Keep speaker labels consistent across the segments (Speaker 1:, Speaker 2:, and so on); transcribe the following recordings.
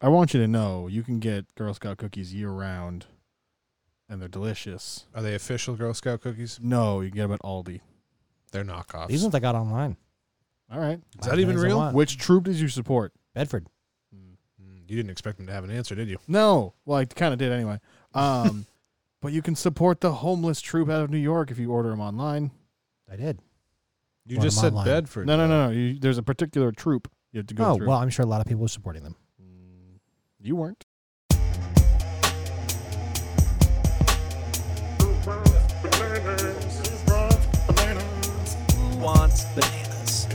Speaker 1: I want you to know you can get Girl Scout cookies year round, and they're delicious.
Speaker 2: Are they official Girl Scout cookies?
Speaker 1: No, you can get them at Aldi.
Speaker 2: They're knockoffs.
Speaker 3: These ones I got online.
Speaker 1: All right.
Speaker 2: Is that even
Speaker 3: Things I
Speaker 2: real?
Speaker 3: want.
Speaker 1: Which troop did you support?
Speaker 3: Bedford.
Speaker 2: Mm, you didn't expect them to have an answer, did you?
Speaker 1: No, well, I kind of did anyway. Um, but you can support the homeless troop out of New York if you order them online.
Speaker 3: I did.
Speaker 2: You
Speaker 3: Well,
Speaker 2: just
Speaker 3: I'm
Speaker 2: said
Speaker 3: online.
Speaker 2: Bedford.
Speaker 1: No, no, no, no. You, there's a particular troop you have to go
Speaker 3: oh,
Speaker 1: through.
Speaker 3: well, I'm sure a lot of people were supporting them.
Speaker 1: Mm, You weren't.
Speaker 4: Who wants bananas?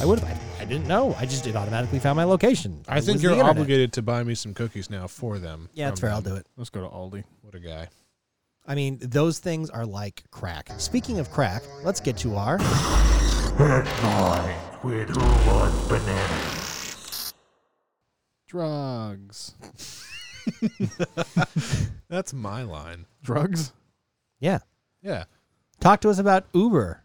Speaker 3: I would have. I, I didn't know. I just it automatically found my location.
Speaker 2: I
Speaker 3: It
Speaker 2: think
Speaker 3: was the
Speaker 2: you're
Speaker 3: internet. Um,
Speaker 2: obligated to buy me some cookies now for them.
Speaker 3: Yeah, that's
Speaker 2: from
Speaker 3: fair. I'll
Speaker 2: them.
Speaker 3: do it.
Speaker 1: Let's go to Aldi.
Speaker 2: What a guy.
Speaker 3: I mean, those things are like crack. Speaking of crack, let's get to our.
Speaker 1: Drugs.
Speaker 2: That's my line.
Speaker 1: Drugs?
Speaker 3: Yeah.
Speaker 2: Yeah.
Speaker 3: Talk to us about Uber.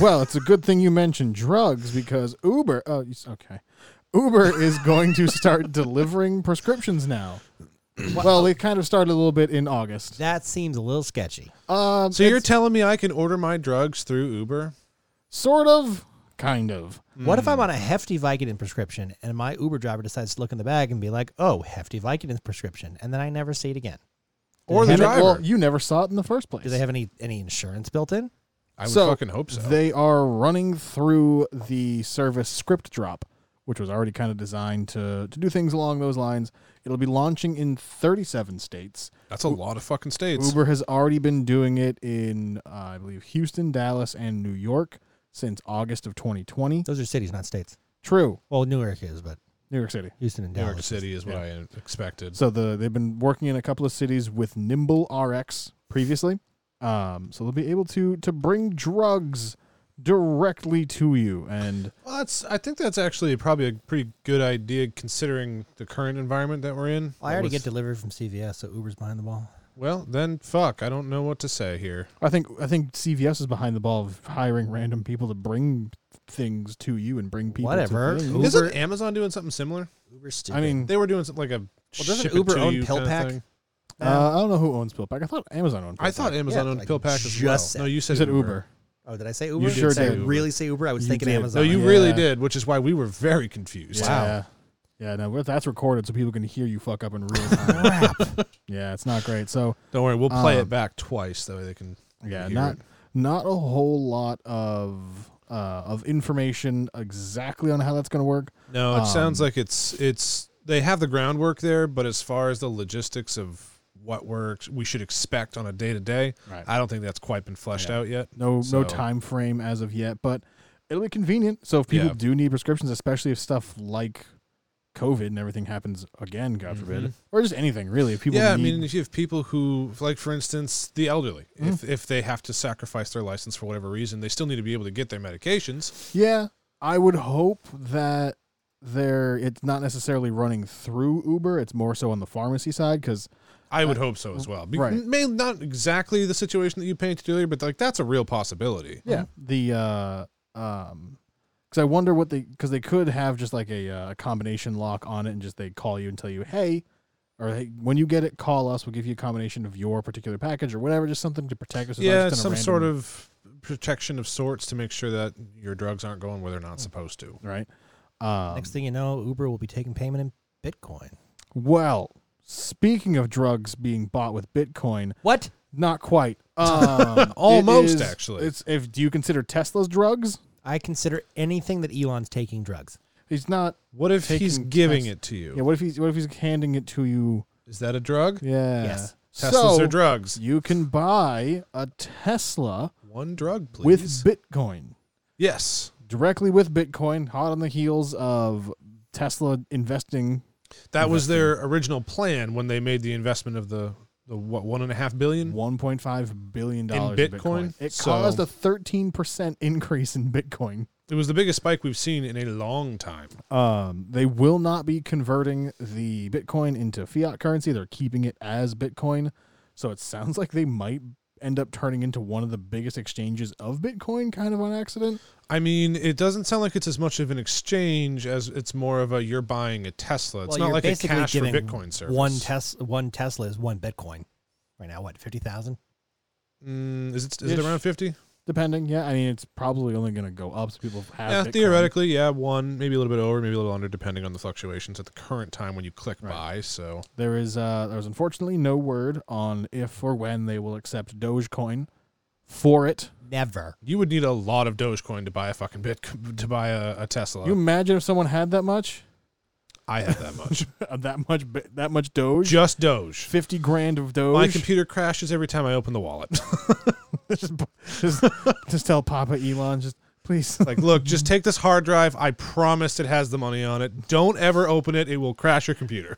Speaker 1: Well, it's a good thing you mentioned drugs because Uber. Oh, you s- okay. Uber is going to start delivering prescriptions now. Well, they kind of started a little bit in August.
Speaker 3: That seems a little sketchy.
Speaker 1: Um,
Speaker 2: So you're
Speaker 1: it's
Speaker 2: telling me I can order my drugs through Uber?
Speaker 1: sort of, kind of.
Speaker 3: What if I'm
Speaker 2: Hmm.
Speaker 3: on a hefty Vicodin prescription and my Uber driver decides to look in the bag and be like, "Oh, hefty Vicodin prescription," and then I never see it again?
Speaker 2: Or the
Speaker 1: And it-
Speaker 2: driver?
Speaker 1: well, you never saw it in the first place.
Speaker 3: Do they have any any insurance built in?
Speaker 2: I would
Speaker 1: So,
Speaker 2: fucking hope so.
Speaker 1: They are running through the service script drop, which was already kind of designed to, to do things along those lines. It'll be launching in 37 states.
Speaker 2: That's a lot of fucking states.
Speaker 1: Uber has already been doing it in, uh, I believe, Houston, Dallas, and New York since August of 2020.
Speaker 3: Those are cities, not states.
Speaker 1: True,
Speaker 3: Well, New York is, but
Speaker 1: New York City.
Speaker 3: Houston and
Speaker 2: New York
Speaker 3: Dallas.
Speaker 2: City is what I expected.
Speaker 1: So the they've been working in a couple of cities with Nimble RX previously. Um, so they'll be able to to bring drugs directly to you and
Speaker 2: Well, that's. I think that's actually probably a pretty good idea considering the current environment that we're in.
Speaker 3: I already
Speaker 2: With-
Speaker 3: get delivered from CVS, so Uber's behind the ball.
Speaker 2: Well, then fuck. I don't know what to say here.
Speaker 1: I think I think CVS is behind the ball of hiring random people to bring things to you and bring people.
Speaker 3: Whatever.
Speaker 1: To things.
Speaker 3: Uber-
Speaker 2: Isn't Amazon doing something similar?
Speaker 3: Uber's
Speaker 1: I mean,
Speaker 2: They were doing something like a. Well,
Speaker 3: doesn't Uber own Pill Pack?
Speaker 1: uh, I don't know who owns PillPack. I thought Amazon owned.
Speaker 2: I thought
Speaker 1: Amazon
Speaker 2: Amazon
Speaker 3: Yeah,
Speaker 2: owned
Speaker 3: like
Speaker 2: Pill Pack as
Speaker 3: just
Speaker 2: well.
Speaker 3: said-
Speaker 2: No, you said
Speaker 1: said Uber.
Speaker 3: Oh, did I say Uber?
Speaker 1: sure
Speaker 3: did I
Speaker 1: did.
Speaker 3: really say Uber? I was
Speaker 1: You
Speaker 3: thinking
Speaker 1: did.
Speaker 2: No,
Speaker 3: Amazon.
Speaker 2: you
Speaker 1: Yeah.
Speaker 2: really did, which is why we were very confused.
Speaker 1: Yeah.
Speaker 3: Wow.
Speaker 1: Yeah, no, we're- that's recorded so people can hear you fuck up in real time.
Speaker 3: Crap.
Speaker 1: yeah, it's not great. So
Speaker 2: Don't worry, we'll play
Speaker 1: Um,
Speaker 2: it back twice that way they can.
Speaker 1: yeah,
Speaker 2: hear
Speaker 1: not
Speaker 2: it.
Speaker 1: not a whole lot of uh, of information exactly on how that's going to work.
Speaker 2: No, it sounds
Speaker 1: um,
Speaker 2: like it's it's they have the groundwork there, but as far as the logistics of what works we should expect on a day to day,
Speaker 1: Right.
Speaker 2: I don't think that's quite been fleshed
Speaker 1: Yeah.
Speaker 2: out yet.
Speaker 1: No
Speaker 2: So-
Speaker 1: no time frame as of yet, but it'll be convenient. So if people
Speaker 2: Yeah.
Speaker 1: do need prescriptions, especially if stuff like COVID and everything happens again, God forbid, or just anything really, if people
Speaker 2: Mm-hmm. yeah,
Speaker 1: need, Mm-hmm.
Speaker 2: I mean, if you have people who, like for instance, the elderly, if if they have to sacrifice their license for whatever reason, they still need to be able to get their medications.
Speaker 1: yeah, I would hope that there it's not necessarily running through Uber. It's more so on the pharmacy side because
Speaker 2: I would hope so as well. Be-
Speaker 1: right.
Speaker 2: May not exactly the situation that you painted earlier, but like that's a real possibility.
Speaker 1: Yeah. The uh um cuz I wonder what they cuz they could have just like a uh, combination lock on it and just they call you and tell you, "Hey, or hey, when you get it, call us. We'll give you a combination of your particular package or whatever, just something to protect us. It's not
Speaker 2: yeah,
Speaker 1: just in a
Speaker 2: some
Speaker 1: random-
Speaker 2: sort of protection of sorts to make sure that your drugs aren't going where they're
Speaker 1: Mm.
Speaker 2: not supposed to.
Speaker 1: right. Um,
Speaker 3: Next thing you know, Uber will be taking payment in Bitcoin.
Speaker 1: well, speaking of drugs being bought with Bitcoin,
Speaker 3: What?
Speaker 1: not quite. Um, it
Speaker 2: Almost, actually.
Speaker 1: It's if do you consider Tesla's drugs?
Speaker 3: I consider anything that Elon's taking drugs.
Speaker 1: He's not.
Speaker 2: What if he's
Speaker 1: Taking
Speaker 2: giving
Speaker 1: test-
Speaker 2: it to you?
Speaker 1: Yeah. What if he's what if he's handing it to you?
Speaker 2: Is that a drug?
Speaker 1: Yeah.
Speaker 3: Yes.
Speaker 2: Teslas
Speaker 1: so,
Speaker 2: are drugs.
Speaker 1: You can buy a Tesla
Speaker 2: One drug,
Speaker 1: with
Speaker 2: please.
Speaker 1: Bitcoin.
Speaker 2: yes,
Speaker 1: Directly with Bitcoin, hot on the heels of Tesla investing.
Speaker 2: that was their original plan when they made the investment of the the what one and a half billion.
Speaker 1: $1.5 billion in
Speaker 2: In
Speaker 1: Bitcoin.
Speaker 2: Bitcoin?
Speaker 1: It
Speaker 2: So-
Speaker 1: caused a 13% increase in Bitcoin.
Speaker 2: It was the biggest spike we've seen in a long time.
Speaker 1: Um, they will not be converting the Bitcoin into fiat currency. They're keeping it as Bitcoin. So it sounds like they might end up turning into one of the biggest exchanges of Bitcoin kind of on accident.
Speaker 2: I mean, it doesn't sound like it's as much of an exchange as it's more of a you're buying a Tesla. It's
Speaker 3: well,
Speaker 2: not
Speaker 3: you're
Speaker 2: like a
Speaker 3: basically
Speaker 2: cash for
Speaker 3: giving
Speaker 2: Bitcoin service.
Speaker 3: One Tesla, one Tesla is one Bitcoin. Right now, what fifty thousand?
Speaker 2: Mm, is it is it
Speaker 1: Ish.
Speaker 2: around fifty?
Speaker 1: Depending, yeah, I mean, it's probably only going to go up. So people have
Speaker 2: Yeah,
Speaker 1: Bitcoin.
Speaker 2: theoretically, yeah, one, maybe a little bit over, maybe a little under, depending on the fluctuations at the current time when you click
Speaker 1: Right.
Speaker 2: buy. So
Speaker 1: There is uh there's unfortunately no word on if or when they will accept Dogecoin for it.
Speaker 3: Never.
Speaker 2: you would need a lot of Dogecoin to buy a fucking bit to buy a, a Tesla.
Speaker 1: You imagine if someone had that much,
Speaker 2: I have that much,
Speaker 1: that much, Bi- that much Doge,
Speaker 2: just Doge.
Speaker 1: fifty grand of Doge.
Speaker 2: My computer crashes every time I open the wallet.
Speaker 1: just, just, just tell Papa Elon, just please.
Speaker 2: like, look, just take this hard drive. I promised it has the money on it. Don't ever open it. It will crash your computer.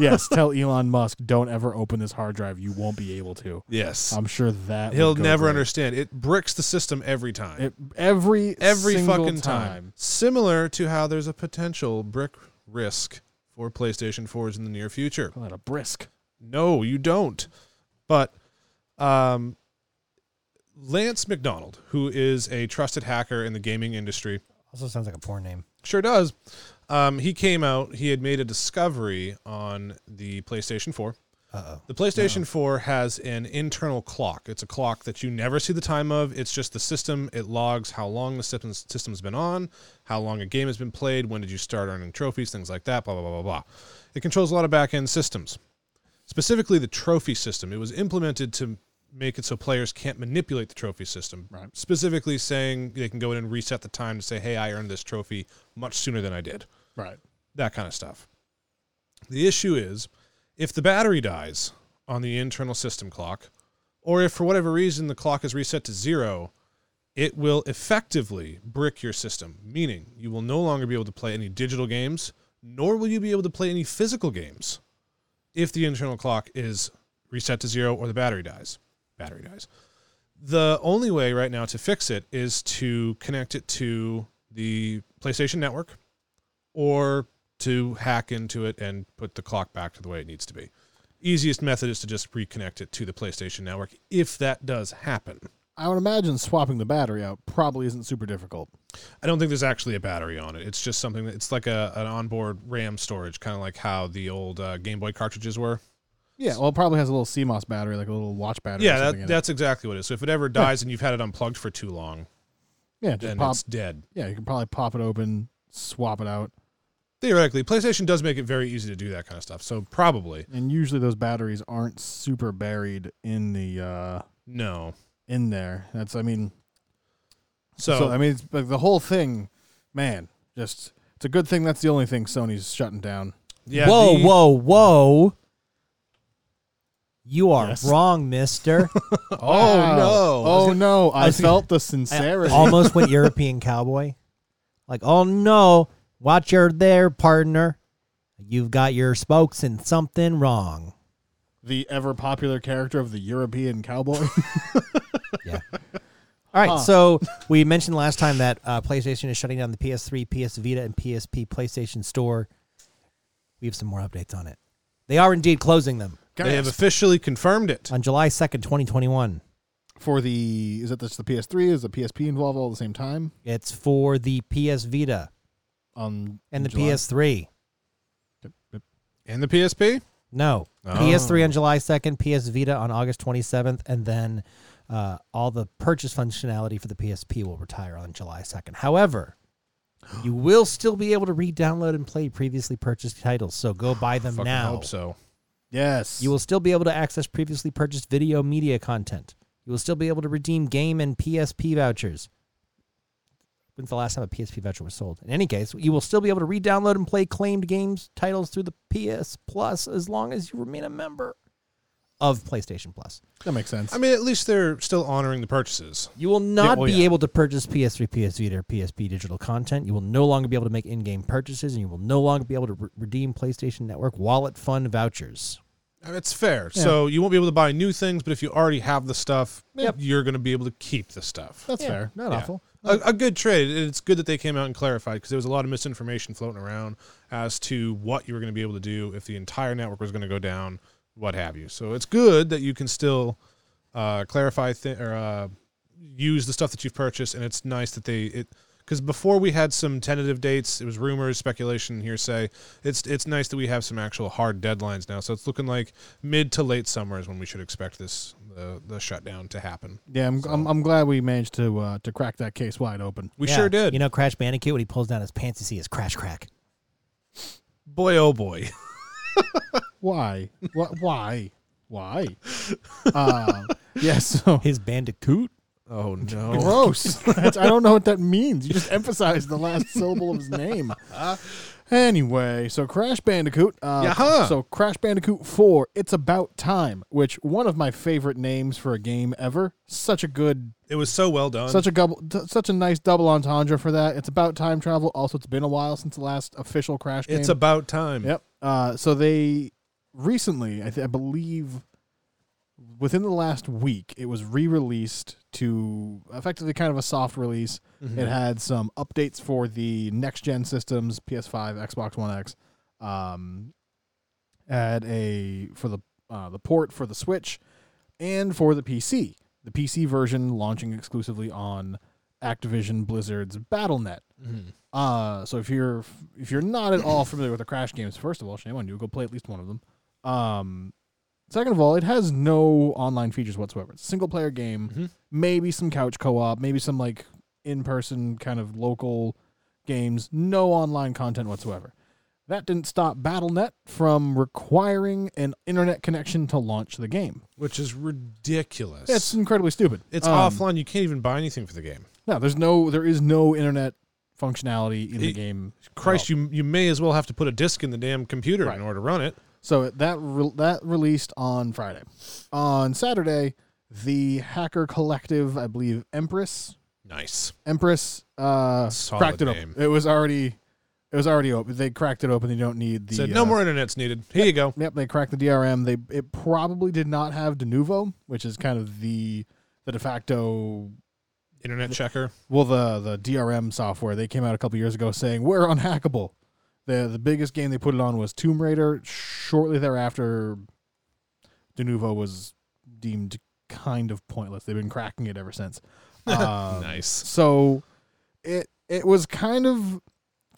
Speaker 1: yes, tell Elon Musk, don't ever open this hard drive. You won't be able to.
Speaker 2: Yes.
Speaker 1: I'm sure that would
Speaker 2: He'll
Speaker 1: go
Speaker 2: never
Speaker 1: great.
Speaker 2: understand. It bricks the system every time.
Speaker 1: It, every
Speaker 2: every
Speaker 1: single
Speaker 2: fucking time.
Speaker 1: time.
Speaker 2: Similar to how there's a potential brick risk for PlayStation 4s in the near future.
Speaker 1: Call that a brisk.
Speaker 2: No, you don't. But um, Lance McDonald, who is a trusted hacker in the gaming industry,
Speaker 3: Also sounds like a porn name.
Speaker 2: Sure does. Um, he came out. He had made a discovery on the PlayStation 4.
Speaker 3: Uh oh.
Speaker 2: The PlayStation 4 has an internal clock. It's a clock that you never see the time of. It's just the system. It logs how long the system's, system's been on, how long a game has been played, when did you start earning trophies, things like that, blah, blah, blah, blah, blah. It controls a lot of back end systems, specifically the trophy system. It was implemented to make it so players can't manipulate the trophy system.
Speaker 1: Right.
Speaker 2: Specifically, saying they can go in and reset the time to say, hey, I earned this trophy much sooner than I did
Speaker 1: Right.
Speaker 2: that kind of stuff. The issue is if the battery dies on the internal system clock, or if for whatever reason the clock is reset to zero, it will effectively brick your system, meaning you will no longer be able to play any digital games, nor will you be able to play any physical games if the internal clock is reset to zero or the battery dies. Battery dies. The only way right now to fix it is to connect it to the PlayStation Network or to hack into it and put the clock back to the way it needs to be. Easiest method is to just reconnect it to the PlayStation Network if that does happen.
Speaker 1: I would imagine swapping the battery out probably isn't super difficult.
Speaker 2: I don't think there's actually a battery on it. It's just something that it's like a an onboard RAM storage, kind of like how the old uh, Game Boy cartridges were.
Speaker 1: Yeah, well, it probably has a little CMOS battery, like a little watch battery. or
Speaker 2: yeah,
Speaker 1: something in
Speaker 2: that,
Speaker 1: it.
Speaker 2: that's exactly what it is. So if it ever dies and you've had it unplugged for too long,
Speaker 1: yeah,
Speaker 2: then
Speaker 1: just pop.
Speaker 2: it's dead.
Speaker 1: Yeah, you can probably pop it open, swap it out,
Speaker 2: Theoretically, PlayStation does make it very easy to do that kind of stuff. So probably
Speaker 1: and usually those batteries aren't super buried in the uh
Speaker 2: no.
Speaker 1: in there. That's I mean,
Speaker 2: So,
Speaker 1: so, I mean, it's, like the whole thing, man. Just it's a good thing that's the only thing Sony's shutting down.
Speaker 2: yeah,
Speaker 3: whoa,
Speaker 2: the-
Speaker 3: whoa, whoa. You are
Speaker 1: Yes.
Speaker 3: wrong, mister.
Speaker 2: Oh
Speaker 1: Wow.
Speaker 2: no!
Speaker 1: Oh no! I,
Speaker 3: was gonna-
Speaker 1: felt the
Speaker 3: I
Speaker 1: sincerity.
Speaker 3: almost went European cowboy. Like, oh no, watch your there, partner. You've got your spokes in something wrong.
Speaker 1: the ever popular character of the European cowboy.
Speaker 3: All right,
Speaker 1: Huh.
Speaker 3: so we mentioned last time that uh, PlayStation is shutting down the PS3, PS Vita, and PSP PlayStation Store. We have some more updates on it. They are indeed closing them
Speaker 2: they have officially confirmed it.
Speaker 3: on July 2nd, 2021.
Speaker 1: for the is that just the PS3? Is the PSP involved all at the same time?
Speaker 3: It's for the PS Vita
Speaker 1: On
Speaker 3: and the
Speaker 1: July?
Speaker 3: PS3.
Speaker 2: And the PSP?
Speaker 3: No.
Speaker 2: Oh.
Speaker 3: PS3 on July 2nd, PS Vita on August 27th, and then uh, all the purchase functionality for the PSP will retire on July 2nd. However, you will still be able to re download and play previously purchased titles, so go buy them
Speaker 2: Fucking
Speaker 3: now.
Speaker 2: hope so.
Speaker 1: Yes,
Speaker 3: You will still be able to access previously purchased video media content. You will still be able to redeem game and PSP vouchers. When's the last time a PSP voucher was sold? In any case, you will still be able to re download and play claimed games titles through the PS Plus as long as you remain a member of PlayStation Plus.
Speaker 1: that makes sense.
Speaker 2: I mean, at least they're still honoring the purchases.
Speaker 3: You will not
Speaker 1: oh,
Speaker 3: be
Speaker 1: yeah.
Speaker 3: able to purchase PS3, PS Vita, or PSP digital content. You will no longer be able to make in game purchases, and you will no longer be able to re- redeem PlayStation Network wallet fund vouchers.
Speaker 2: I mean, It's fair. So you won't be able to buy new things, but if you already have the stuff, eh,
Speaker 1: Yep.
Speaker 2: you're going to be able to keep the stuff.
Speaker 1: That's
Speaker 3: Yeah.
Speaker 1: fair. Not
Speaker 2: Yeah.
Speaker 1: awful.
Speaker 2: A, a good trade. and It's good that they came out and clarified because there was a lot of misinformation floating around as to what you were going to be able to do if the entire network was going to go down, what have you. So it's good that you can still uh, clarify th- or uh, use the stuff that you've purchased, and it's nice that they it because before we had some tentative dates, it was rumors, speculation, hearsay. It's it's nice that we have some actual hard deadlines now, so it's looking like mid to late summer is when we should expect this the the shutdown to happen.
Speaker 1: Yeah, I'm, I'm, I'm glad we managed to uh, to crack that case wide open.
Speaker 2: We
Speaker 3: Yeah.
Speaker 2: sure did.
Speaker 3: You know, Crash Bandicoot when he pulls down his pants, you see his crash crack.
Speaker 2: boy, oh boy.
Speaker 1: Why? Why? Why? Why? Uh, yeah, so
Speaker 3: His bandicoot.
Speaker 2: Oh no.
Speaker 1: gross. That's, I don't know what that means. You just emphasized the last syllable of his name. Anyway, so Crash Bandicoot. Uh,
Speaker 2: Yaha.
Speaker 1: So Crash Bandicoot 4, It's About Time, which one of my favorite names for a game ever. Such a good
Speaker 2: It was so well done.
Speaker 1: such a double, t- such a nice double entendre for that. It's about time travel. Also, it's been a while since the last official Crash game.
Speaker 2: it's about time.
Speaker 1: yep. Uh, so they recently, I, th- I believe, within the last week, it was re-released to effectively kind of a soft release.
Speaker 2: Mhm.
Speaker 1: It had some updates for the next gen systems, PS5, Xbox One X. Um, had a for the uh, the port for the Switch, and for the PC. The PC version launching exclusively on Activision Blizzard's BattleNet.
Speaker 2: Mhm.
Speaker 1: Uh, so if you're if you're not at all familiar with the Crash games, first of all, shame on you. Go play at least one of them. Um, second of all, it has no online features whatsoever. It's a single player game,
Speaker 2: Mhm.
Speaker 1: maybe some couch co op, maybe some like in person kind of local games. No online content whatsoever. That didn't stop BattleNet from requiring an internet connection to launch the game.
Speaker 2: Which is ridiculous.
Speaker 1: It's incredibly stupid.
Speaker 2: It's
Speaker 1: Um,
Speaker 2: offline. You can't even buy anything for the game.
Speaker 1: No, there's no there is no internet functionality in the
Speaker 2: It-
Speaker 1: game.
Speaker 2: Christ, you you may as well have to put a disk in the damn computer
Speaker 1: Right.
Speaker 2: in order to run it.
Speaker 1: So that re- that released on Friday. On Saturday, the hacker collective, I believe Empress,
Speaker 2: Nice.
Speaker 1: Empress, uh,
Speaker 2: Solid
Speaker 1: cracked it
Speaker 2: name.
Speaker 1: open. It was already, it was already open. They cracked it open. They don't need the
Speaker 2: Said no
Speaker 1: uh,
Speaker 2: more internet's needed. Here you go.
Speaker 1: Yep, they cracked the DRM. They it probably did not have de novo, which is kind of the the de facto
Speaker 2: Internet checker.
Speaker 1: well the the DRM software they came out a couple years ago saying we're unhackable. The the biggest game they put it on was Tomb Raider. Shortly thereafter, Denuvo was deemed kind of pointless. They've been cracking it ever since. Um,
Speaker 2: nice.
Speaker 1: so it it was kind of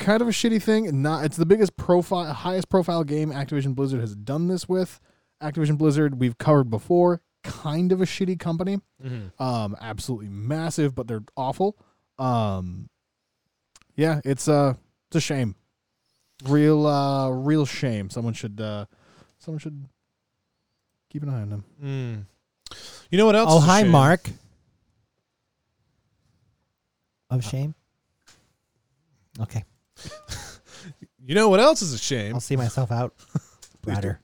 Speaker 1: kind of a shitty thing. and Not it's the biggest profile, highest profile game Activision Blizzard has done this with. Activision Blizzard we've covered before. Kind of a shitty company
Speaker 2: Mhm.
Speaker 1: um absolutely massive but they're awful um yeah it's uh it's a shame real uh real shame someone should uh someone should keep an eye on them
Speaker 2: Mm. You know what else?
Speaker 3: oh,
Speaker 2: is a
Speaker 3: hi,
Speaker 2: shame?
Speaker 3: Mark. Of shame. Okay,
Speaker 2: You know what else is a shame?
Speaker 1: Oh.
Speaker 3: I'll see myself out.
Speaker 1: Please do.
Speaker 3: Louder.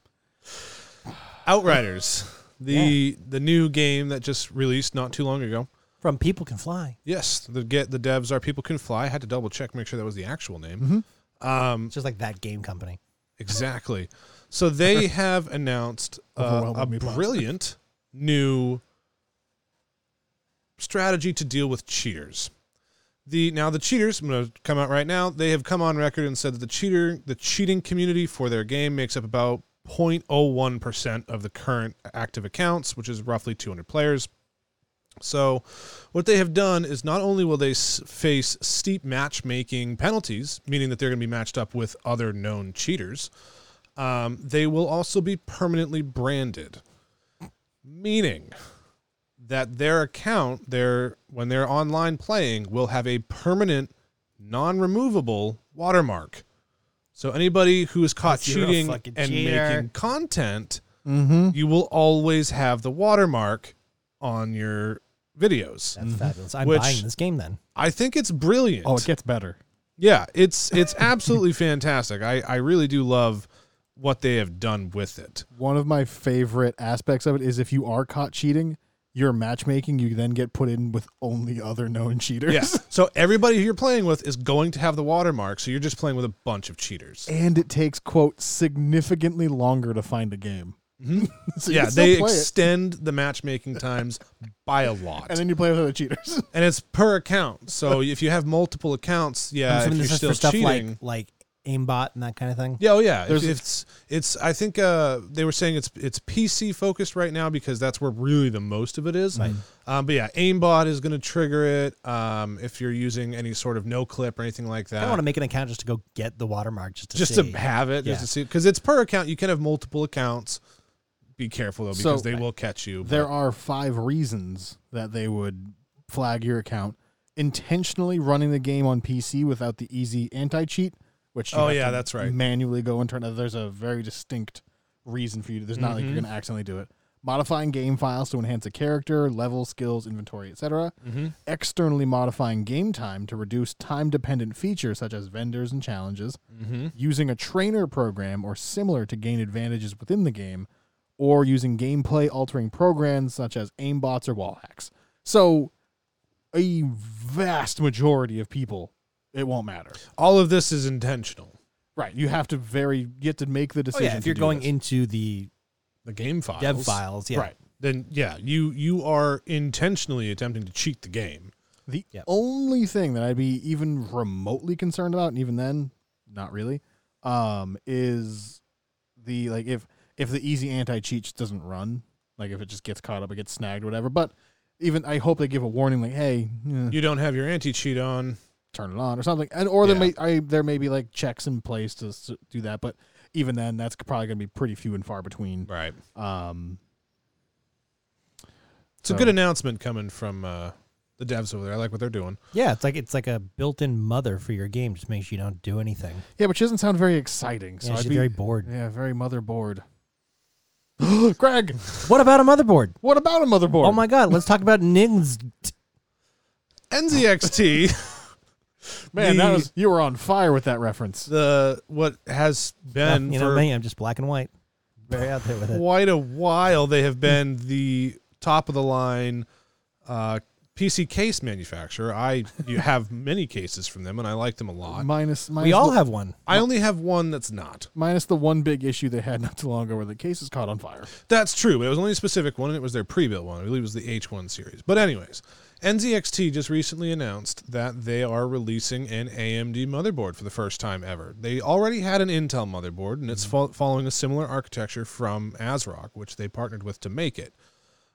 Speaker 2: Outriders, the the new game that just released not too long ago.
Speaker 3: From People Can Fly.
Speaker 2: Yes, the get the devs are people can fly. I had to double check, make sure that was the actual name.
Speaker 1: mm-hmm.
Speaker 2: Um,
Speaker 3: It's just like that game company.
Speaker 2: Exactly. So they have announced uh, a
Speaker 1: Overwhelming me, Bob.
Speaker 2: brilliant new strategy to deal with cheaters. The now the cheaters, I'm going to come out right now. They have come on record and said that the cheater, the cheating community for their game makes up about 0.01% of the current active accounts, which is roughly 200 players. So, what they have done is not only will they s- face steep matchmaking penalties, meaning that they're going to be matched up with other known cheaters, um, they will also be permanently branded, meaning that their account, their when they're online playing, will have a permanent, non-removable watermark. So anybody who is caught
Speaker 3: Because you're a
Speaker 2: cheating
Speaker 3: fucking
Speaker 2: and
Speaker 3: cheater.
Speaker 2: making content
Speaker 1: Mm-hmm.
Speaker 2: you will always have the watermark on your videos.
Speaker 3: That's fabulous. I'm
Speaker 2: Mm-hmm. Which-
Speaker 3: buying this game then.
Speaker 2: I think it's brilliant.
Speaker 1: oh it gets better
Speaker 2: yeah, it's it's absolutely fantastic. I, I really do love what they have done with it.
Speaker 1: one of my favorite aspects of it is if you are caught cheating your matchmaking you then get put in with only other known cheaters
Speaker 2: Yeah. So everybody who you're playing with is going to have the watermark, so you're just playing with a bunch of cheaters.
Speaker 1: and it takes quote significantly longer to find a game
Speaker 2: Mhm.
Speaker 1: so you
Speaker 2: Yeah,
Speaker 1: can still
Speaker 2: they
Speaker 1: play it,
Speaker 2: extend the matchmaking times by a lot.
Speaker 1: and
Speaker 2: And,
Speaker 1: then you play with other cheaters
Speaker 2: it's per account. So if you have multiple accounts, yeah,
Speaker 3: I'm
Speaker 2: uh, if
Speaker 3: assuming
Speaker 2: you're
Speaker 3: this is
Speaker 2: still
Speaker 3: for stuff
Speaker 2: cheating,
Speaker 3: like like aimbot and that kind of thing.
Speaker 2: Yeah, oh yeah. If,
Speaker 1: There's a-
Speaker 2: it's it's I think uh, they were saying it's it's PC focused right now because that's where really the most of it is. Um, but yeah, aimbot is going to trigger it um, if you're using any sort of no clip or anything like
Speaker 3: I
Speaker 2: that.
Speaker 3: don't want to make an account just to go get the watermark just to
Speaker 2: just
Speaker 3: see. Oh,
Speaker 2: to have it, just
Speaker 3: Yeah.
Speaker 2: to see because it's per account. You can have multiple accounts. Be careful though
Speaker 1: So-
Speaker 2: because they will catch you. but-
Speaker 1: There are five reasons that they would flag your account. Intentionally running the game on PC without the easy anti cheat, which you
Speaker 2: Oh,
Speaker 1: have
Speaker 2: yeah,
Speaker 1: to
Speaker 2: that's right.
Speaker 1: Manually go and turn. There's a very distinct reason for you. To, there's not like you're
Speaker 2: Mhm.
Speaker 1: going to accidentally do it. Modifying game files to enhance a character, level, skills, inventory, etc.
Speaker 2: Mhm.
Speaker 1: Externally modifying game time to reduce time dependent features such as vendors and challenges
Speaker 2: Mhm.
Speaker 1: using a trainer program or similar to gain advantages within the game, or using gameplay altering programs such as aimbots or wall hacks. So, a vast majority of people, it won't matter.
Speaker 2: all of this is intentional.
Speaker 1: Right. You have to very, you have to make the
Speaker 3: Oh,
Speaker 1: decision.
Speaker 3: yeah, if
Speaker 1: to
Speaker 3: you're
Speaker 1: do
Speaker 3: going
Speaker 1: this.
Speaker 3: into the
Speaker 2: The game files,
Speaker 3: dev files, yeah.
Speaker 1: Right.
Speaker 2: Then yeah, you you are intentionally attempting to cheat the game.
Speaker 1: The
Speaker 3: Yep.
Speaker 1: only thing that I'd be even remotely concerned about, and even then, not really, um, is the like if if the easy anti cheat doesn't run, like if it just gets caught up, it gets snagged, or whatever. But even I hope they give a warning, like, hey, eh,
Speaker 2: You don't have your anti cheat on.
Speaker 1: turn it on or something, and or there
Speaker 2: Yeah.
Speaker 1: may I, there may be like checks in place to s- do that, but even then, that's probably going to be pretty few and far between.
Speaker 2: Right.
Speaker 1: Um,
Speaker 2: It's a
Speaker 1: So-
Speaker 2: good announcement coming from uh, the devs over there. I like what they're doing.
Speaker 3: Yeah, it's like it's like a built-in mother for your game. Just makes you don't do anything.
Speaker 1: yeah, but she doesn't sound very exciting, so
Speaker 3: yeah,
Speaker 1: I'd
Speaker 3: she's
Speaker 1: be
Speaker 3: very bored.
Speaker 1: yeah, very motherboard. Greg,
Speaker 3: What about a motherboard?
Speaker 1: what about a motherboard?
Speaker 3: Oh my god, let's talk about Ning's.
Speaker 2: NZXT,
Speaker 1: Man, that
Speaker 2: The-
Speaker 1: was you were on fire with that reference.
Speaker 2: the what has been
Speaker 3: uh, you know
Speaker 2: for
Speaker 3: me, I'm just black and white. Very out there with it.
Speaker 2: quite a while, they have been the top of the line uh, PC case manufacturer. I you have many cases from them, and I like them a lot.
Speaker 1: Minus, minus
Speaker 3: We all
Speaker 1: the,
Speaker 3: have one.
Speaker 2: I only have one that's not.
Speaker 1: minus the one big issue they had not too long ago where the case is caught on fire.
Speaker 2: That's true, but it was only a specific one, and it was their pre-built one. I believe it was the H1 series. But anyways, NZXT just recently announced that they are releasing an AMD motherboard for the first time ever. They already had an Intel motherboard, and it's fo- following a similar architecture from ASRock, which they partnered with to make it.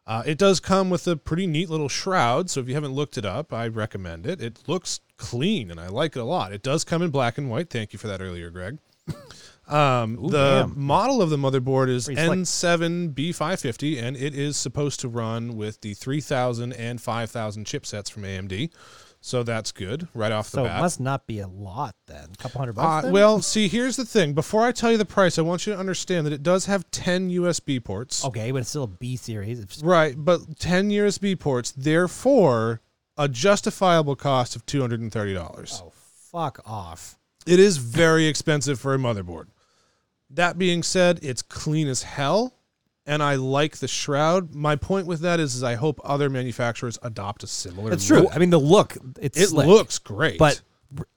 Speaker 2: Uh, it does come with a pretty neat little shroud, so if you haven't looked it up, I recommend it. It looks clean, and I like it a lot. It does come in black and white. Thank you for that earlier, Greg. Um, the
Speaker 3: damn.
Speaker 2: model of the motherboard is
Speaker 3: Pretty slick.
Speaker 2: N7B550, and it is supposed to run with the 3000 and 5000 chipsets from AMD. So that's good right off the
Speaker 3: So it
Speaker 2: bat.
Speaker 3: must not be a lot then. A couple hundred bucks.
Speaker 2: Uh,
Speaker 3: then?
Speaker 2: well, see, here's the thing. Before I tell you the price, I want you to understand that it does have 10 USB ports.
Speaker 3: okay, but it's still a B series. It's-
Speaker 2: Right, but 10 USB ports, therefore, a justifiable cost of $230.
Speaker 3: oh, fuck off.
Speaker 2: It is very expensive for a motherboard. That being said, it's clean as hell, and I like the shroud. My point with that is, is I hope other manufacturers adopt a similar.
Speaker 3: It's true.
Speaker 2: look.
Speaker 3: I mean, the look. It's
Speaker 2: It
Speaker 3: slick,
Speaker 2: looks great,
Speaker 3: but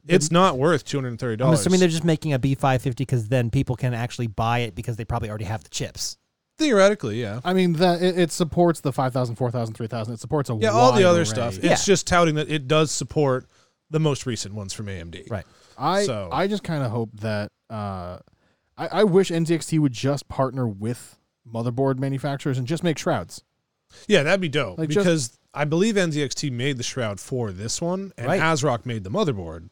Speaker 2: it's not worth two hundred and thirty
Speaker 3: I'm
Speaker 2: dollars.
Speaker 3: assuming they're just making a B550 because then people can actually buy it because they probably already have the chips.
Speaker 2: theoretically, yeah,
Speaker 1: I mean, that it, it supports the 5,000, 4,000, 3,000. It supports a
Speaker 2: yeah, all
Speaker 1: wide
Speaker 2: the other
Speaker 1: array.
Speaker 2: stuff.
Speaker 3: Yeah.
Speaker 2: It's just touting that it does support the most recent ones from AMD.
Speaker 3: Right.
Speaker 1: I
Speaker 2: So-
Speaker 1: I just kind of hope that uh, I, I wish NZXT would just partner with motherboard manufacturers and just make shrouds.
Speaker 2: Yeah, that'd be dope
Speaker 1: Like, just-
Speaker 2: because I believe NZXT made the shroud for this one, and
Speaker 3: Right.
Speaker 2: ASRock made the motherboard.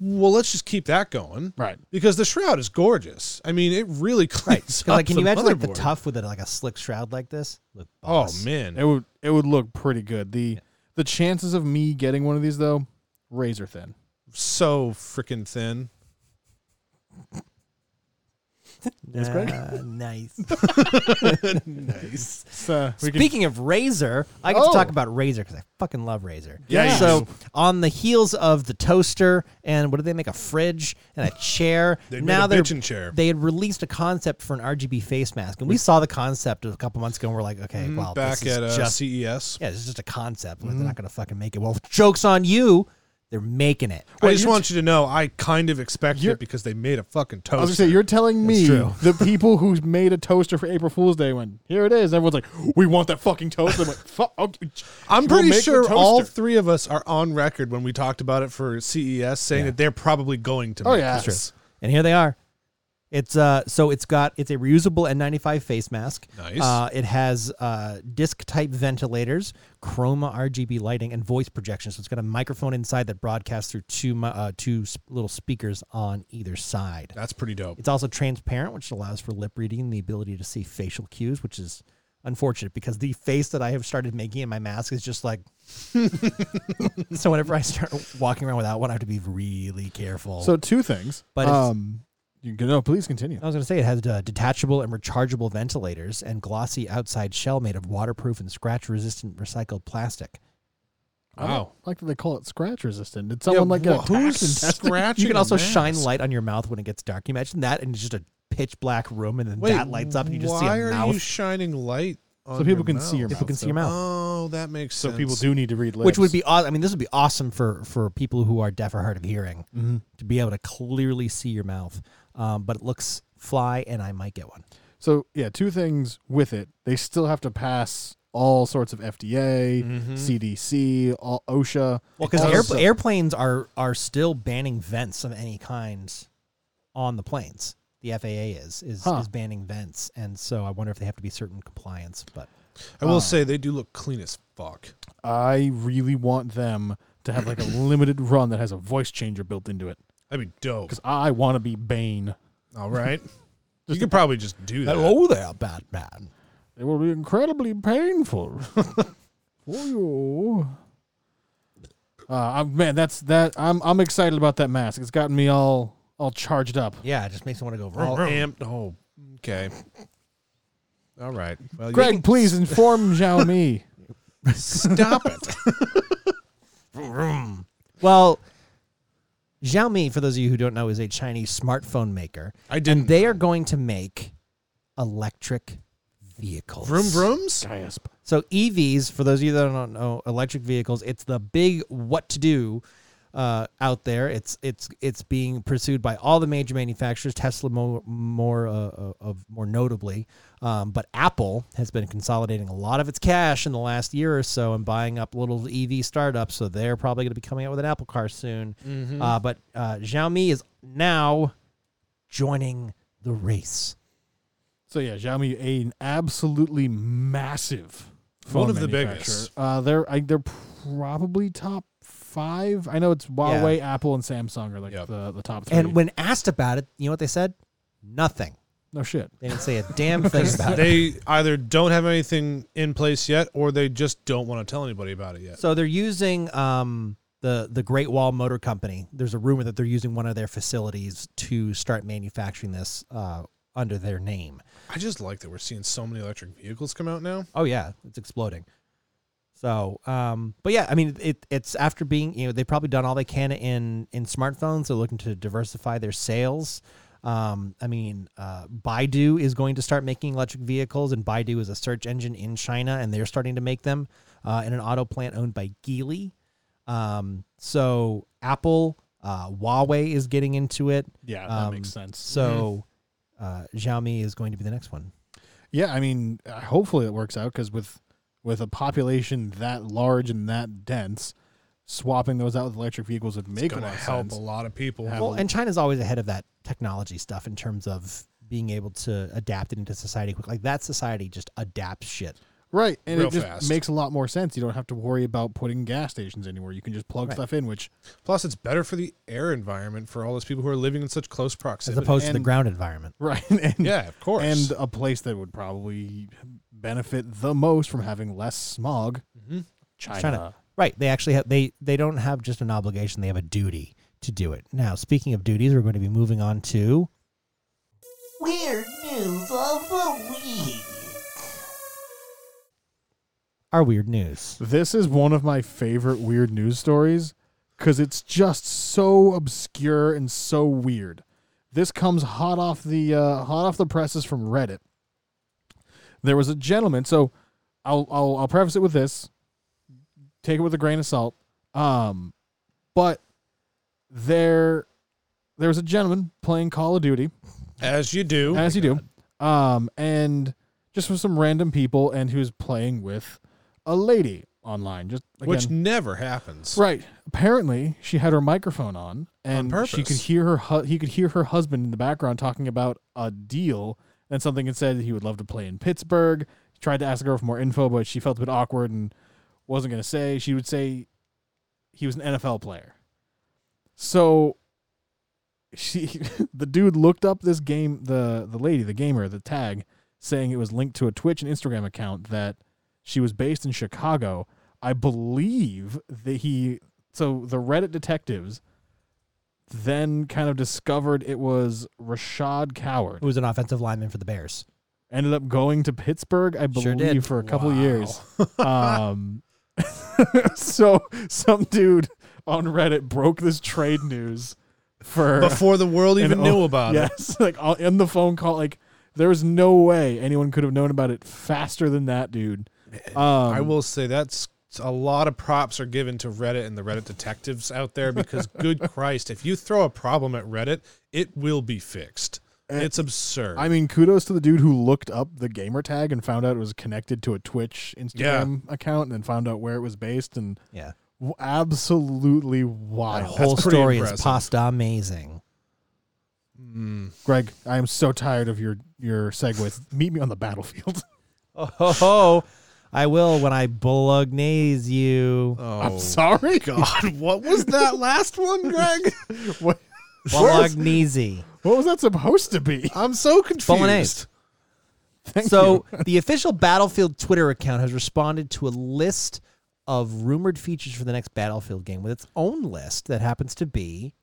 Speaker 2: Well, let's just keep that going.
Speaker 1: Right.
Speaker 2: because the shroud is gorgeous. I mean, it really cleans
Speaker 3: Because like,
Speaker 2: up
Speaker 3: can
Speaker 2: the
Speaker 3: you imagine like the
Speaker 2: motherboard.
Speaker 3: tough with it, like a slick shroud like this? Look,
Speaker 2: Oh
Speaker 3: boss.
Speaker 2: man,
Speaker 1: It would it would look pretty good. The the chances of me getting one of these though, razor thin.
Speaker 2: so freaking thin.
Speaker 1: Yes, Greg?
Speaker 3: Ah, nice.
Speaker 2: nice.
Speaker 1: So we could-
Speaker 3: Speaking of Razer, I get
Speaker 1: Oh.
Speaker 3: to talk about Razer because I fucking love Razer.
Speaker 2: Yeah, you
Speaker 3: So on the heels of the toaster and what did they make? A fridge and a chair.
Speaker 2: They made
Speaker 3: now
Speaker 2: a
Speaker 3: they're
Speaker 2: bitchin' chair.
Speaker 3: they had released a concept for an RGB face mask, and we saw the concept a couple months ago, and we're like, okay, well,
Speaker 2: Back
Speaker 3: this
Speaker 2: at Mm.
Speaker 3: is
Speaker 2: uh,
Speaker 3: just
Speaker 2: CES,
Speaker 3: yeah, this is just a concept. They're not gonna fucking make it. Well, jokes on you. They're making it.
Speaker 2: I just
Speaker 1: you're
Speaker 2: want you to know I kind of expected
Speaker 1: You're-
Speaker 2: it because they made a fucking
Speaker 1: I was gonna
Speaker 2: toast.
Speaker 1: say, you're telling me
Speaker 3: true.
Speaker 1: the people who made a toaster for April Fool's Day went, here it is. Everyone's like, we want that fucking toaster. I'm like, fuck. oh, Okay.
Speaker 2: I'm
Speaker 1: we'll
Speaker 2: pretty
Speaker 1: make the
Speaker 2: sure all
Speaker 1: toaster."
Speaker 2: three E of us are on record when we talked about it for CES saying that they're probably going to.
Speaker 1: Oh
Speaker 2: make
Speaker 1: yeah,
Speaker 2: this.
Speaker 3: And here they are. It's uh so it's got it's a reusable N95 face mask.
Speaker 2: Nice.
Speaker 3: Uh, it has uh, disc type ventilators, chroma RGB lighting, and voice projection. So it's got a microphone inside that broadcasts through two mi- uh, two s- little speakers on either side.
Speaker 2: That's pretty dope.
Speaker 3: It's also transparent, which allows for lip reading and the ability to see facial cues, which is unfortunate because the face that I have started making in my mask is just like. so whenever I start walking around without one, I have to be really careful.
Speaker 1: So two things.
Speaker 3: But it's-
Speaker 1: um, you can no, please continue.
Speaker 3: I was going to say it has uh, detachable and rechargeable ventilators and glossy outside shell made of waterproof and scratch resistant recycled plastic.
Speaker 1: I don't
Speaker 2: Wow.
Speaker 1: like that they call it scratch resistant. Did someone like get
Speaker 2: wha-
Speaker 1: attacked and
Speaker 2: who's
Speaker 1: tested?
Speaker 2: scratching?
Speaker 3: you can
Speaker 2: a
Speaker 3: also shine
Speaker 2: mask?
Speaker 3: light on your mouth when it gets dark. You imagine that and just a pitch black room and then
Speaker 2: Wait,
Speaker 3: that lights up and you just see
Speaker 2: why
Speaker 3: a
Speaker 2: are you
Speaker 3: mouth.
Speaker 2: shining light? On
Speaker 1: people
Speaker 2: your
Speaker 1: can see your
Speaker 2: mouth?
Speaker 3: People can see your mouth.
Speaker 2: Oh, that makes
Speaker 1: So
Speaker 2: sense.
Speaker 1: people do need to read lips,
Speaker 3: Which would be awesome. I mean, this would be awesome for for people who are deaf or hard of hearing
Speaker 2: Mm-hmm.
Speaker 1: Mhm.
Speaker 3: to be able to clearly see your mouth. Um, but it looks fly, and I might get one.
Speaker 1: So yeah, two things with it. They still have to pass all sorts of FDA, CDC, all OSHA.
Speaker 3: Well, because
Speaker 1: Also-
Speaker 3: airplanes are are still banning vents of any kinds on the planes. The FAA is is,
Speaker 1: Huh.
Speaker 3: is banning vents, and so I wonder if they have to be certain compliance. But
Speaker 2: I will say they do look clean as fuck.
Speaker 1: I really want them to have like a limited run that has a voice changer built into it
Speaker 2: That'd be dope.
Speaker 1: because I want to be Bane.
Speaker 2: All right. you could probably just do that. oh,
Speaker 3: there, Batman.
Speaker 1: It will be incredibly painful for you. Uh, I'm, man, that's that. I'm I'm excited about that mask. It's gotten me all all charged up.
Speaker 3: Yeah, it just makes me want to go. vroom,
Speaker 2: All
Speaker 3: vroom.
Speaker 2: amped. Oh, okay. All right. Well, you-
Speaker 1: Greg, please inform Xiaomi.
Speaker 2: stop it.
Speaker 3: Well, Xiaomi, for those of you who don't know, is a Chinese smartphone maker.
Speaker 2: I didn't.
Speaker 3: They are going to make electric vehicles.
Speaker 2: Vroom vrooms?
Speaker 1: Gasp.
Speaker 3: So EVs, for those of you that don't know, electric vehicles, it's the big what to do uh, out there. It's it's it's being pursued by all the major manufacturers, Tesla more more uh, uh, of more notably, um, but Apple has been consolidating a lot of its cash in the last year or so and buying up little EV startups. So they're probably going to be coming out with an Apple car soon. Uh, but uh, Xiaomi is now joining the race.
Speaker 1: So yeah, Xiaomi, an absolutely massive phone
Speaker 2: One of the
Speaker 1: manufacturer.
Speaker 2: biggest.
Speaker 1: Uh, they're I, they're probably top five. I know it's Huawei, Apple, and Samsung are like
Speaker 2: Yep.
Speaker 1: the, the top three.
Speaker 3: And when asked about it, you know what they said? Nothing.
Speaker 1: no shit,
Speaker 3: They didn't say a damn thing about it.
Speaker 2: They either don't have anything in place yet or they just don't want to tell anybody about it yet.
Speaker 3: So they're using um, the the Great Wall Motor Company. There's a rumor that they're using one of their facilities to start manufacturing this uh, under their name.
Speaker 2: I just like that we're seeing so many electric vehicles come out now.
Speaker 3: Oh yeah, it's exploding. So, um, but yeah, I mean, it, it's after being you know they've probably done all they can in in smartphones. They're looking to diversify their sales. Um, I mean, uh, Baidu is going to start making electric vehicles, and Baidu is a search engine in China, and they're starting to make them uh, in an auto plant owned by Geely. Um, so Apple, uh, Huawei is getting into it.
Speaker 1: yeah, that
Speaker 3: Um,
Speaker 1: makes sense. Mm-hmm.
Speaker 3: So uh, Xiaomi is going to be the next one.
Speaker 1: Yeah, I mean, uh, hopefully it works out because with with a population that large and that dense, swapping those out with electric vehicles would make
Speaker 2: It's
Speaker 1: a
Speaker 2: going to
Speaker 1: lot of
Speaker 2: help a
Speaker 1: sense.
Speaker 2: lot of people.
Speaker 1: Have-
Speaker 3: Well,
Speaker 1: a-
Speaker 3: and China's always ahead of that technology stuff in terms of being able to adapt it into society quick. Like that society just adapts shit.
Speaker 1: Right, and
Speaker 2: Real
Speaker 1: it just
Speaker 2: fast.
Speaker 1: makes a lot more sense. You don't have to worry about putting gas stations anywhere. You can just plug
Speaker 3: Right.
Speaker 1: stuff in, which
Speaker 2: Plus, it's better for the air environment for all those people who are living in such close
Speaker 3: As
Speaker 2: proximity.
Speaker 3: opposed to the
Speaker 1: and-
Speaker 3: ground environment.
Speaker 1: right and
Speaker 2: yeah, of course.
Speaker 1: and a place that would probably benefit the most from having less smog.
Speaker 2: Mhm.
Speaker 1: China.
Speaker 3: China. Right. They actually have they they don't have just an obligation, they have a duty to do it. Now, speaking of duties, we're going to be moving on to
Speaker 4: Weird news of the week.
Speaker 3: our weird news.
Speaker 1: This is one of my favorite weird news stories because it's just so obscure and so weird. This comes hot off the uh, hot off the presses from Reddit. There was a gentleman. So I'll I'll, I'll preface it with this. Take it with a grain of salt. Um, but there there was a gentleman playing Call of Duty.
Speaker 2: as you do.
Speaker 1: as you do. Um, and just with some random people, and who's playing with a lady, online. Just again,
Speaker 2: which never happens.
Speaker 1: right? Apparently, she had her microphone on, and she could
Speaker 2: purpose.
Speaker 1: hear her. Hu- he could hear her husband in the background talking about a deal and something. And said he would love to play in Pittsburgh. He tried to ask her for more info, but she felt a bit awkward and wasn't going to say. She would say he was an NFL player. So she the dude looked up this game the the lady, the gamer, the tag, saying it was linked to a Twitch and Instagram account that she was based in Chicago. I believe that he so the Reddit detectives then kind of discovered it was Rashad Coward.
Speaker 3: Who was an offensive lineman for the Bears?
Speaker 1: Ended up going to Pittsburgh, I
Speaker 3: Sure
Speaker 1: believe,
Speaker 3: did.
Speaker 1: for a couple
Speaker 2: Wow.
Speaker 1: years. Um, so some dude on Reddit broke this trade news for
Speaker 2: Before the world
Speaker 1: and oh,
Speaker 2: even
Speaker 1: all-
Speaker 2: knew about it.
Speaker 1: yes, like all, in the phone call, like there was no way anyone could have known about it faster than that dude. Um,
Speaker 2: I will say that's a lot of props are given to Reddit and the Reddit detectives out there because good Christ, if you throw a problem at Reddit, it will be fixed. It's absurd.
Speaker 1: I mean, kudos to the dude who looked up the gamer tag and found out it was connected to a Twitch Instagram account, and then found out where it was based, and
Speaker 3: Yeah.
Speaker 1: w- absolutely
Speaker 3: The
Speaker 1: wild.
Speaker 3: whole
Speaker 2: That's pretty
Speaker 3: story is
Speaker 2: impressive.
Speaker 3: pasta amazing.
Speaker 2: Mm.
Speaker 1: Greg, I am so tired of your your segues. Meet me on the battlefield.
Speaker 3: Oh, ho, ho. I will when I bolognese you.
Speaker 2: Oh,
Speaker 1: I'm sorry,
Speaker 2: God, what was that last one, Greg?
Speaker 1: what,
Speaker 3: Bolognese.
Speaker 1: what was that supposed to be?
Speaker 2: I'm so confused.
Speaker 3: Bolognese.
Speaker 1: Thank
Speaker 3: so the official Battlefield Twitter account has responded to a list of rumored features for the next Battlefield game with its own list that happens to be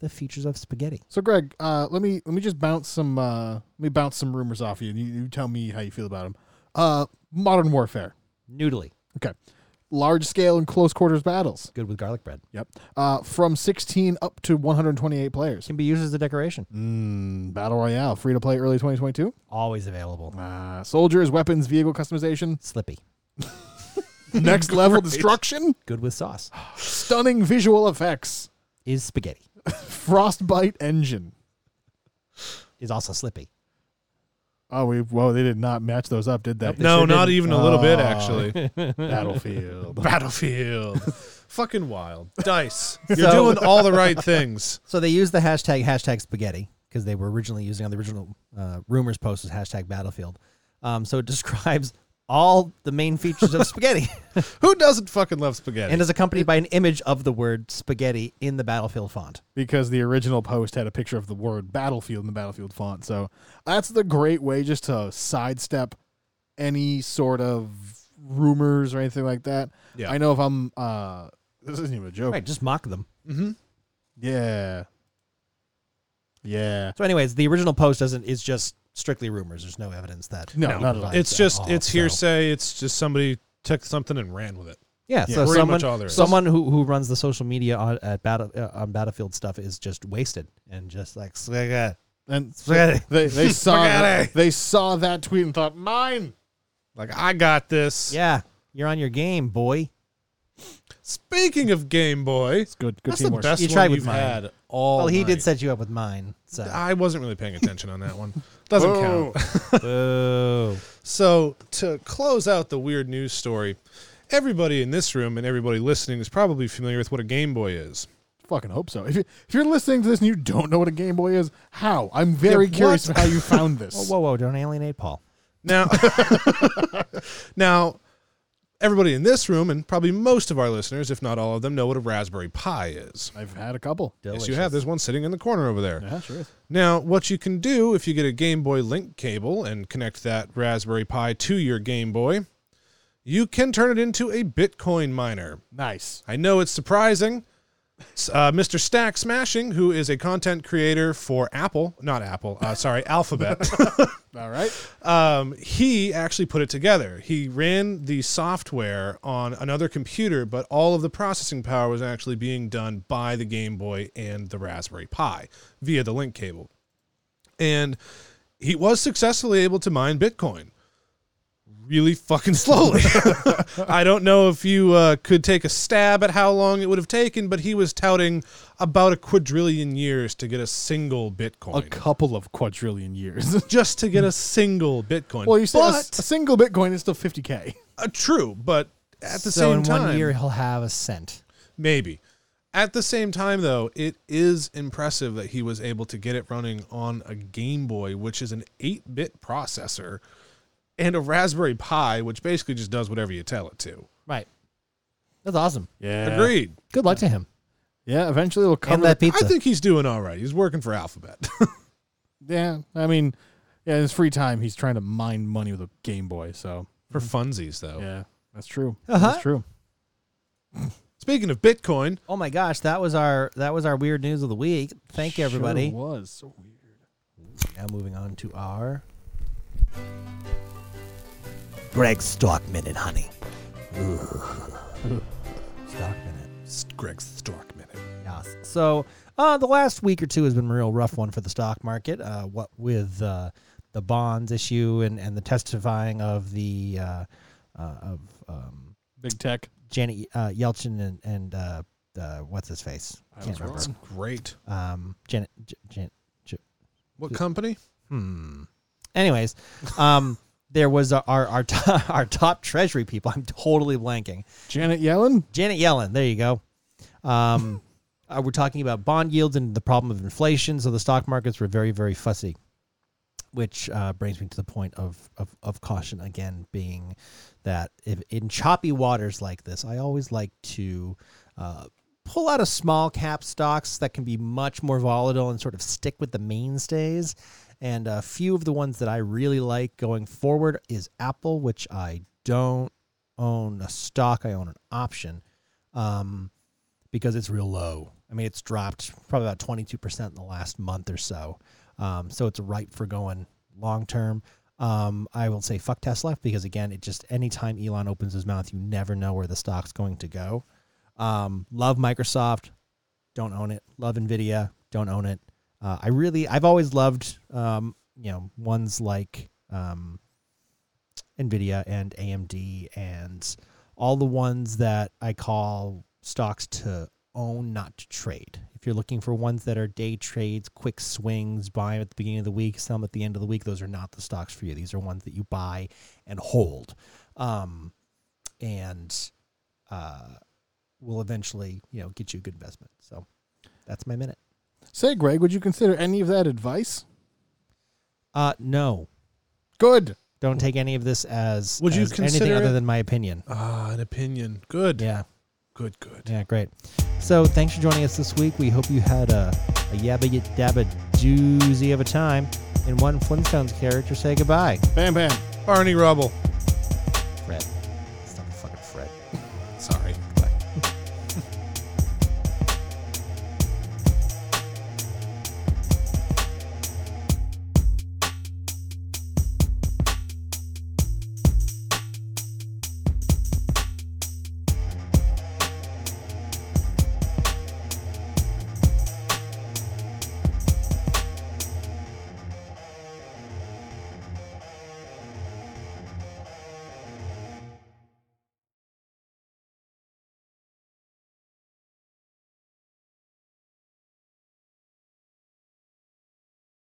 Speaker 3: the features of spaghetti.
Speaker 1: So, Greg, uh, let me let me just bounce some uh, let me bounce some rumors off you, and you, you tell me how you feel about them. Uh, modern warfare,
Speaker 3: Noodly,
Speaker 1: large scale and close quarters battles.
Speaker 3: good with garlic bread.
Speaker 1: Yep, uh, from 16 up to 128 players.
Speaker 3: Can be used as a decoration.
Speaker 1: Mm, battle royale, free to play, early 2022.
Speaker 3: Always available.
Speaker 1: Uh, soldiers, weapons, vehicle customization,
Speaker 3: Slippy,
Speaker 1: next level destruction,
Speaker 3: good with sauce.
Speaker 1: stunning visual effects,
Speaker 3: Is spaghetti.
Speaker 1: frostbite engine.
Speaker 3: Is also slippy.
Speaker 1: Oh, we whoa! They did not match those up, did they?
Speaker 2: No,
Speaker 3: sure
Speaker 2: not
Speaker 3: didn't.
Speaker 2: even a little bit,
Speaker 1: Oh.
Speaker 2: actually.
Speaker 1: Battlefield.
Speaker 2: Battlefield. Fucking wild. Dice. You're
Speaker 3: So-
Speaker 2: doing all the right things.
Speaker 3: So they used the hashtag hashtag spaghetti because they were originally using on the original uh, rumors post as hashtag Battlefield. Um, so it describes all the main features of spaghetti.
Speaker 2: Who doesn't fucking love spaghetti?
Speaker 3: and is accompanied by an image of the word spaghetti in the battlefield font.
Speaker 1: because the original post had a picture of the word battlefield in the battlefield font. So that's the great way just to sidestep any sort of rumors or anything like that.
Speaker 2: Yeah.
Speaker 1: I know if I'm uh this isn't even a joke.
Speaker 3: Right, just mock them.
Speaker 2: mm-hmm.
Speaker 1: Yeah. Yeah.
Speaker 3: So, anyways, the original post doesn't is just strictly rumors. There's no evidence that
Speaker 1: No,
Speaker 3: that
Speaker 1: not at
Speaker 3: provides
Speaker 1: all.
Speaker 2: It's
Speaker 3: at
Speaker 2: just
Speaker 3: all,
Speaker 2: it's
Speaker 3: so-
Speaker 2: hearsay. It's just somebody took something and ran with it.
Speaker 3: Yeah,
Speaker 1: Yeah.
Speaker 3: so
Speaker 2: Pretty
Speaker 3: someone
Speaker 2: much all there is.
Speaker 3: someone who, who runs the social media on at battle uh, on battlefield stuff is just wasted and just like spaghetti.
Speaker 1: And
Speaker 3: Spaghetti.
Speaker 1: they they saw
Speaker 2: Spaghetti.
Speaker 1: that, they saw that tweet and thought mine.
Speaker 2: Like I got this.
Speaker 3: Yeah, you're on your game, boy.
Speaker 2: Speaking of Game Boy,
Speaker 1: It's good. Good
Speaker 2: that's the
Speaker 1: teamwork.
Speaker 2: best
Speaker 3: You
Speaker 2: one
Speaker 3: tried with
Speaker 2: you've
Speaker 3: mine.
Speaker 2: had all.
Speaker 3: well, he
Speaker 2: night.
Speaker 3: did set you up with mine. So
Speaker 2: I wasn't really paying attention on that one. Doesn't
Speaker 1: Whoa.
Speaker 2: count.
Speaker 3: boo.
Speaker 2: So to close out the weird news story, everybody in this room and everybody listening is probably familiar with what a Game Boy is.
Speaker 1: Fucking hope so. If, you, if you're listening to this and you don't know what a Game Boy is, how? I'm very
Speaker 2: Yeah,
Speaker 1: curious
Speaker 2: what?
Speaker 1: how you found this.
Speaker 3: Whoa, whoa, whoa! Don't alienate Paul.
Speaker 2: Now, now, everybody in this room and probably most of our listeners, if not all of them, know what a Raspberry Pi is.
Speaker 1: I've had a couple.
Speaker 2: Yes, you have. There's one sitting in the corner over there.
Speaker 1: Yeah, sure is.
Speaker 2: Now, what you can do if you get a Game Boy Link cable and connect that Raspberry Pi to your Game Boy, you can turn it into a Bitcoin miner.
Speaker 1: Nice.
Speaker 2: I know it's surprising. S- Uh, Mr. Stack Smashing, who is a content creator for Apple, not Apple, uh, sorry, Alphabet,
Speaker 1: All right.
Speaker 2: um, he actually put it together. He ran the software on another computer, but all of the processing power was actually being done by the Game Boy and the Raspberry Pi via the link cable. And he was successfully able to mine Bitcoin really fucking slowly. I don't know if you uh, could take a stab at how long it would have taken, but he was touting about a quadrillion years to get a single
Speaker 1: A
Speaker 2: Bitcoin.
Speaker 1: couple of quadrillion years.
Speaker 2: just to get a single Bitcoin.
Speaker 1: well, you said a,
Speaker 2: But-
Speaker 1: s- a single Bitcoin is still 50K.
Speaker 2: uh, true, but At the
Speaker 3: so
Speaker 2: same
Speaker 3: in
Speaker 2: time,
Speaker 3: one year he'll have a cent.
Speaker 2: maybe. At the same time, though, it is impressive that he was able to get it running on a Game Boy, which is an 8 bit processor, and a Raspberry Pi, which basically just does whatever you tell it to.
Speaker 3: Right. That's awesome.
Speaker 1: Yeah.
Speaker 2: Agreed.
Speaker 3: Good luck to him.
Speaker 1: Yeah, eventually it'll cover
Speaker 3: and that pizza.
Speaker 2: I think he's doing all right. He's working for Alphabet.
Speaker 1: the- Yeah, I mean, yeah, in his free time he's trying to mine money with a Game Boy, so
Speaker 2: for funsies, though.
Speaker 1: yeah, that's true.
Speaker 3: Uh-huh.
Speaker 1: That's true.
Speaker 2: Speaking of Bitcoin,
Speaker 3: oh my gosh, that was our that was our weird news of the week. Thank you
Speaker 1: Sure
Speaker 3: everybody.
Speaker 1: was so weird.
Speaker 3: Now moving on to our
Speaker 4: Greg Stock Minute, honey.
Speaker 3: stock minute.
Speaker 2: it's Greg Stork minute.
Speaker 3: Yes. So uh, the last week or two has been a real rough one for the stock market. Uh, what with uh, the bonds issue and, and the testifying of the uh, uh, of um,
Speaker 1: Big tech.
Speaker 3: Janet uh, Yelchin and, and uh, uh, what's his face?
Speaker 1: I was wrong.
Speaker 2: That's great.
Speaker 3: Um, Janet. J- Jan-
Speaker 2: What company?
Speaker 3: hmm. Anyways, um, there was our our our, to- our top Treasury people. I'm totally blanking.
Speaker 1: Janet Yellen?
Speaker 3: Janet Yellen. There you go. Um, uh, we're talking about bond yields and the problem of inflation. So the stock markets were very, very fussy, which uh, brings me to the point of, of, of caution again, being that if, in choppy waters like this, I always like to uh, pull out a small cap stocks that can be much more volatile and sort of stick with the mainstays. And a few of the ones that I really like going forward is Apple, which I don't own a stock, I own an option um, because it's real low. I mean, it's dropped probably about 22% in the last month or so. Um, so it's ripe for going long term. Um, I will say fuck Tesla because, again, it just anytime Elon opens his mouth, you never know where the stock's going to go. Um, love Microsoft, don't own it. Love Nvidia, don't own it. Uh, I really, I've always loved, um, you know, ones like um, Nvidia and AMD and all the ones that I call stocks to own, not to trade. If you're looking for ones that are day trades, quick swings, buy 'em at the beginning of the week, sell 'em at the end of the week, those are not the stocks for you. These are ones that you buy and hold, um, and uh, will eventually, you know, get you a good investment. So that's my minute.
Speaker 1: Say, Greg, would you consider any of that advice?
Speaker 3: Uh, no,
Speaker 1: Good.
Speaker 3: don't take any of this as
Speaker 2: Would you
Speaker 3: as anything
Speaker 2: consider
Speaker 3: other
Speaker 2: it-
Speaker 3: than my opinion.
Speaker 2: Ah, an opinion. Good.
Speaker 3: Yeah.
Speaker 2: Good, good.
Speaker 3: Yeah, great. So thanks for joining us this week. We hope you had a, a yabba yit dabba doozy of a time. And one Flintstones character say goodbye.
Speaker 1: Bam, bam.
Speaker 2: Barney Rubble.
Speaker 3: Fred.